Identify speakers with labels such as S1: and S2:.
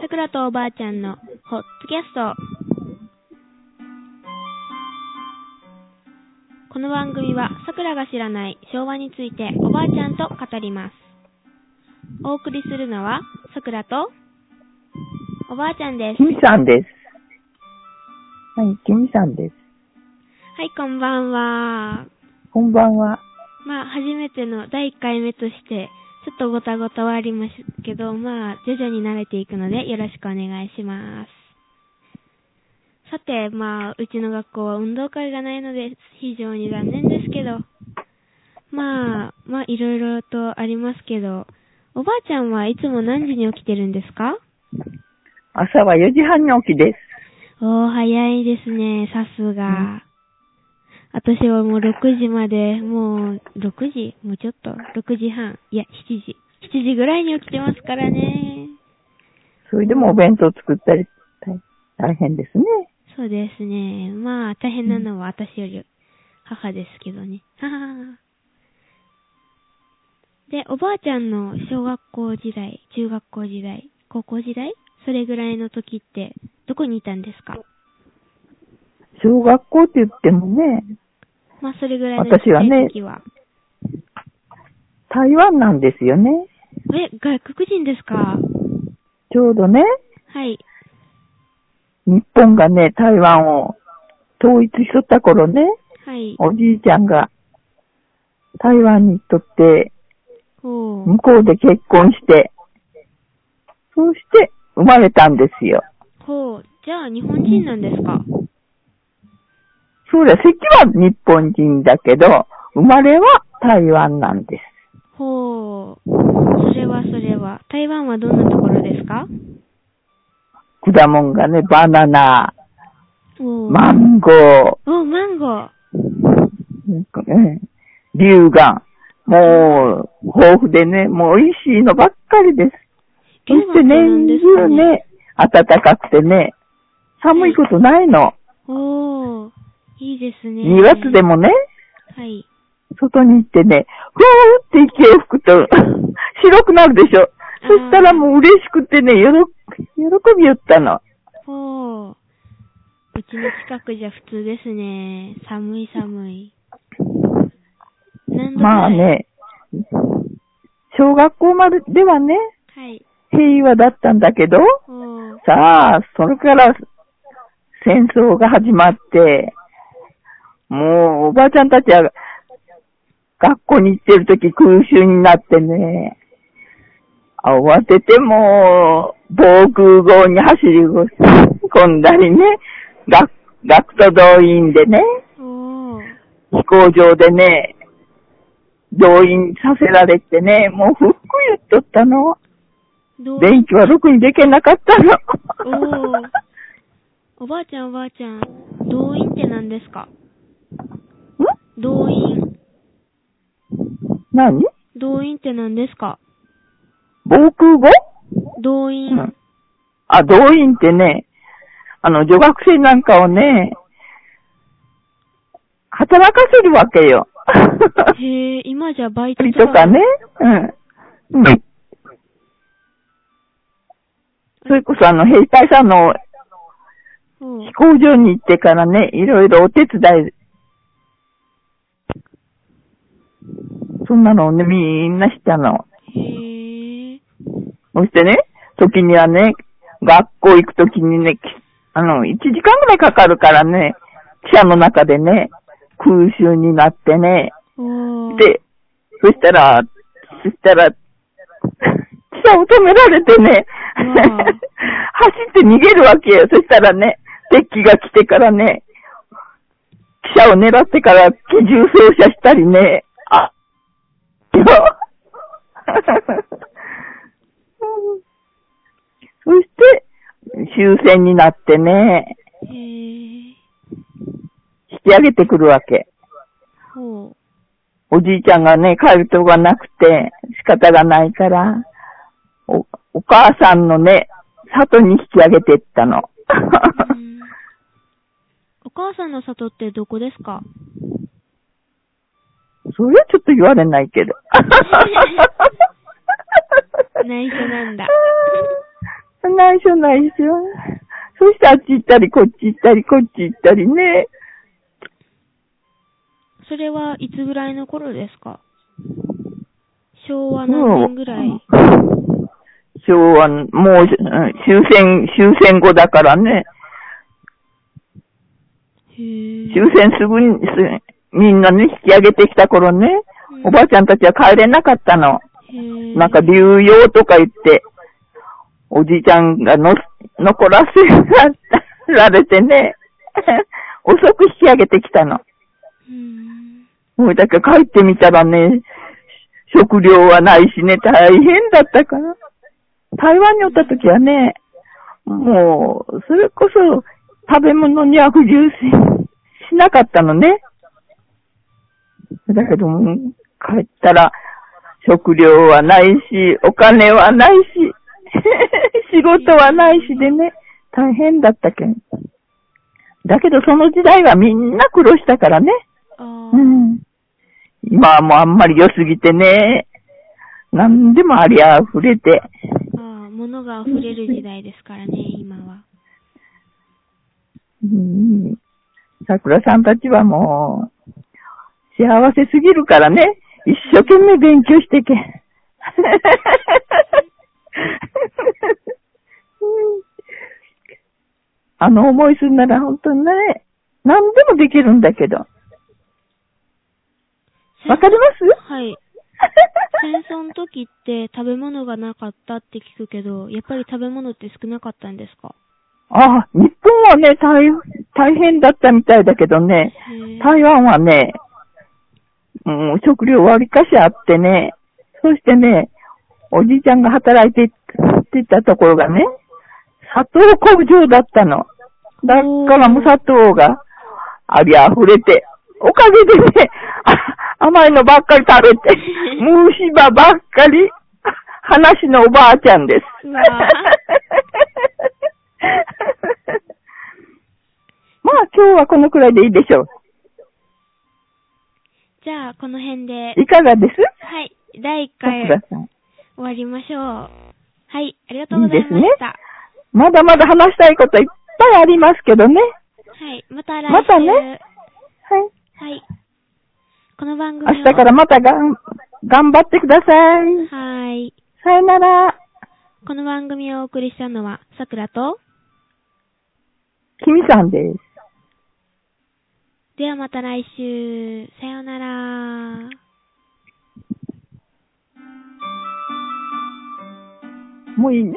S1: 桜とおばあちゃんのホットキャスト。この番組は桜が知らない昭和についておばあちゃんと語ります。お送りするのは桜とおばあちゃんです。
S2: キミさんです。はい、キミさんです。
S1: はい、こんばんは。
S2: こんばんは。
S1: まあ、初めての第1回目として、ちょっとごたごたはありますけど、まあ、徐々に慣れていくので、よろしくお願いします。さて、まあ、うちの学校は運動会がないので、非常に残念ですけど、まあ、まあ、いろいろとありますけど、おばあちゃんはいつも何時に起きてるんですか
S2: 朝は4時半に起きです。
S1: おー、早いですね、さすが。私はもう6時まで、もう6時もうちょっと ?6 時半いや、7時。7時ぐらいに起きてますからね。
S2: それでもお弁当作ったり、大大変ですね。
S1: そうですね。まあ、大変なのは私より母ですけどね。 ははは。で、おばあちゃんの小学校時代、中学校時代、高校時代それぐらいの時って、どこにいたんですか
S2: 小学校って言ってもね、
S1: まあ、それぐらいの
S2: 私はね
S1: 小さい時は。
S2: 台湾なんですよね。
S1: え、外国人ですか
S2: ちょうどね、
S1: はい。
S2: 日本がね、台湾を統一しとった頃ね、
S1: はい。
S2: おじいちゃんが台湾に行っとって、
S1: おー
S2: 向こうで結婚して、そうして生まれたんですよ。
S1: ほう。じゃあ、日本人なんですか
S2: そうだ、籍は日本人だけど、生まれは台湾なんです。
S1: ほう。それはそれは。台湾はどんなところですか
S2: 果物がね、バナナ、
S1: おー
S2: マンゴー、
S1: おー、マンゴー。
S2: うん龍眼。もう、豊富でね、もう美味しいのばっかりです。そ
S1: 牛
S2: して
S1: 膜なん
S2: 年
S1: ですか
S2: 中
S1: ね。
S2: ね、暖かくてね、寒いことないの。
S1: おー。いいですね。
S2: 2月で。もね、
S1: はい。
S2: 外に行ってね、ふわーって息を吹くと、 白くなるでしょ。そしたらもう嬉しくてね、よろ喜びよったの。
S1: ほう。うちの近くじゃ普通ですね。寒い寒い。何度ぐらい
S2: まあ。ね、小学校までではね、
S1: はい。
S2: 平和だったんだけど、
S1: おー。
S2: さあ、それから戦争が始まって、もうおばあちゃんたちは学校に行ってるとき空襲になってね、慌ててもう防空壕に走り込んだりね、学、学徒動員でね、
S1: おー。
S2: 飛行場でね、動員させられてね、もうふっく言っとったの。
S1: どう
S2: 勉強はろくにできなかったの。
S1: おーおばあちゃんおばあちゃん、動員って何ですか
S2: ん
S1: 動員。
S2: 何
S1: 動員って何ですか
S2: 防空壕
S1: 動員。
S2: うんあ、動員ってね、あの、女学生なんかをね、働かせるわけよ。
S1: へえ、今じゃバイト
S2: 釣りとかね。。うん。うん。それこそあの、兵隊さんの
S1: うん
S2: 飛行場に行ってからね、いろいろお手伝い、そんなのをね、みんなしたの。
S1: へえ。
S2: そしてね、時にはね、学校行く時にね、きあの、1時間ぐらいかかるからね、汽車の中でね、空襲になってね、
S1: おー。
S2: で、そしたら、そしたら、汽車を止められてね、
S1: うわ
S2: 走って逃げるわけよ。そしたらね、敵機が来てからね、汽車を狙ってから機銃操作したりね、あ、よ。 そして、終戦になってね、
S1: へえ。
S2: 引き上げてくるわけ。
S1: ほう。
S2: おじいちゃんがね、帰るとこがなくて、仕方がないから、お、お母さんのね、里に引き上げてったの。
S1: うんお母さんの里ってどこですか
S2: それはちょっと言われないけど。
S1: 内緒なんだ
S2: うん。内緒内緒。そしてあっち行ったり、こっち行ったり、こっち行ったりね。
S1: それはいつぐらいの頃ですか昭和何年ぐらい、
S2: うん昭和、もううん終戦、終戦後だからね。
S1: へぇ
S2: 終戦すぐに、すみんなね、引き上げてきた頃ね、おばあちゃんたちは帰れなかったの。
S1: へー
S2: なんか流用とか言って、おじいちゃんがの残らせられてね、 遅く引き上げてきたの。
S1: うん
S2: もうだから帰ってみたらね、食料はないしね、大変だったから。台湾におった時はね、もう、それこそ食べ物には不自由ししなかったのね。だけども、帰ったら、食料はないし、お金はないし、 仕事はないしでね、大変だったけん。だけどその時代はみんな苦労したからね。
S1: あ
S2: う
S1: ー
S2: ん。今はもうあんまり良すぎてね、何でもありあふれて、
S1: あー、物が溢れる時代ですからね、今は。
S2: うん、桜さんたちはもう、幸せすぎるからね、一生懸命勉強してけ。 うんあの思いするなら本当にね、何でもできるんだけど。わかります
S1: はい。戦争の時って食べ物がなかったって聞くけど、やっぱり食べ物って少なかったんですか
S2: ああ、日本はね、大、大変だったみたいだけどね、
S1: へぇ
S2: 台湾はね、うん、食料割りかしあってね、そしてね、おじいちゃんが働いて、ってたところがね、砂糖工場だったの。だからもう砂糖がありあふれて、おかげでね、あ甘いのばっかり食べて、虫歯ばっかり、話のおばあちゃんです。
S1: うわ
S2: まあ今日はこのくらいでいいでしょう。
S1: じゃあ、この辺で。はい
S2: かがです
S1: い。第1回
S2: 桜さん
S1: 終わりましょう。はい。ありがとうございました。
S2: いいですねまだまだ話したいこといっぱいありますけどね。
S1: はい。また来週。
S2: またねはい。
S1: はい。この番組を
S2: 明日からまたがん、頑張ってください。
S1: はい。
S2: さよなら。
S1: この番組をお送りしたのは、さくらと、
S2: きみさんです。
S1: ではまた来週。さようなら。
S2: もういいね。